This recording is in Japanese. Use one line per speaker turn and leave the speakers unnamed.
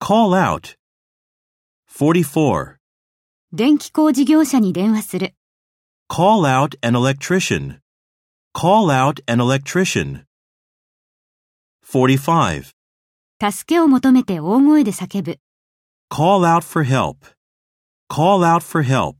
Call out. 44.
電気工事業者に電話する。
Call out an electrician. Call out an electrician. 45.
助けを求めて大声で叫ぶ。
Call out for help. Call out for help.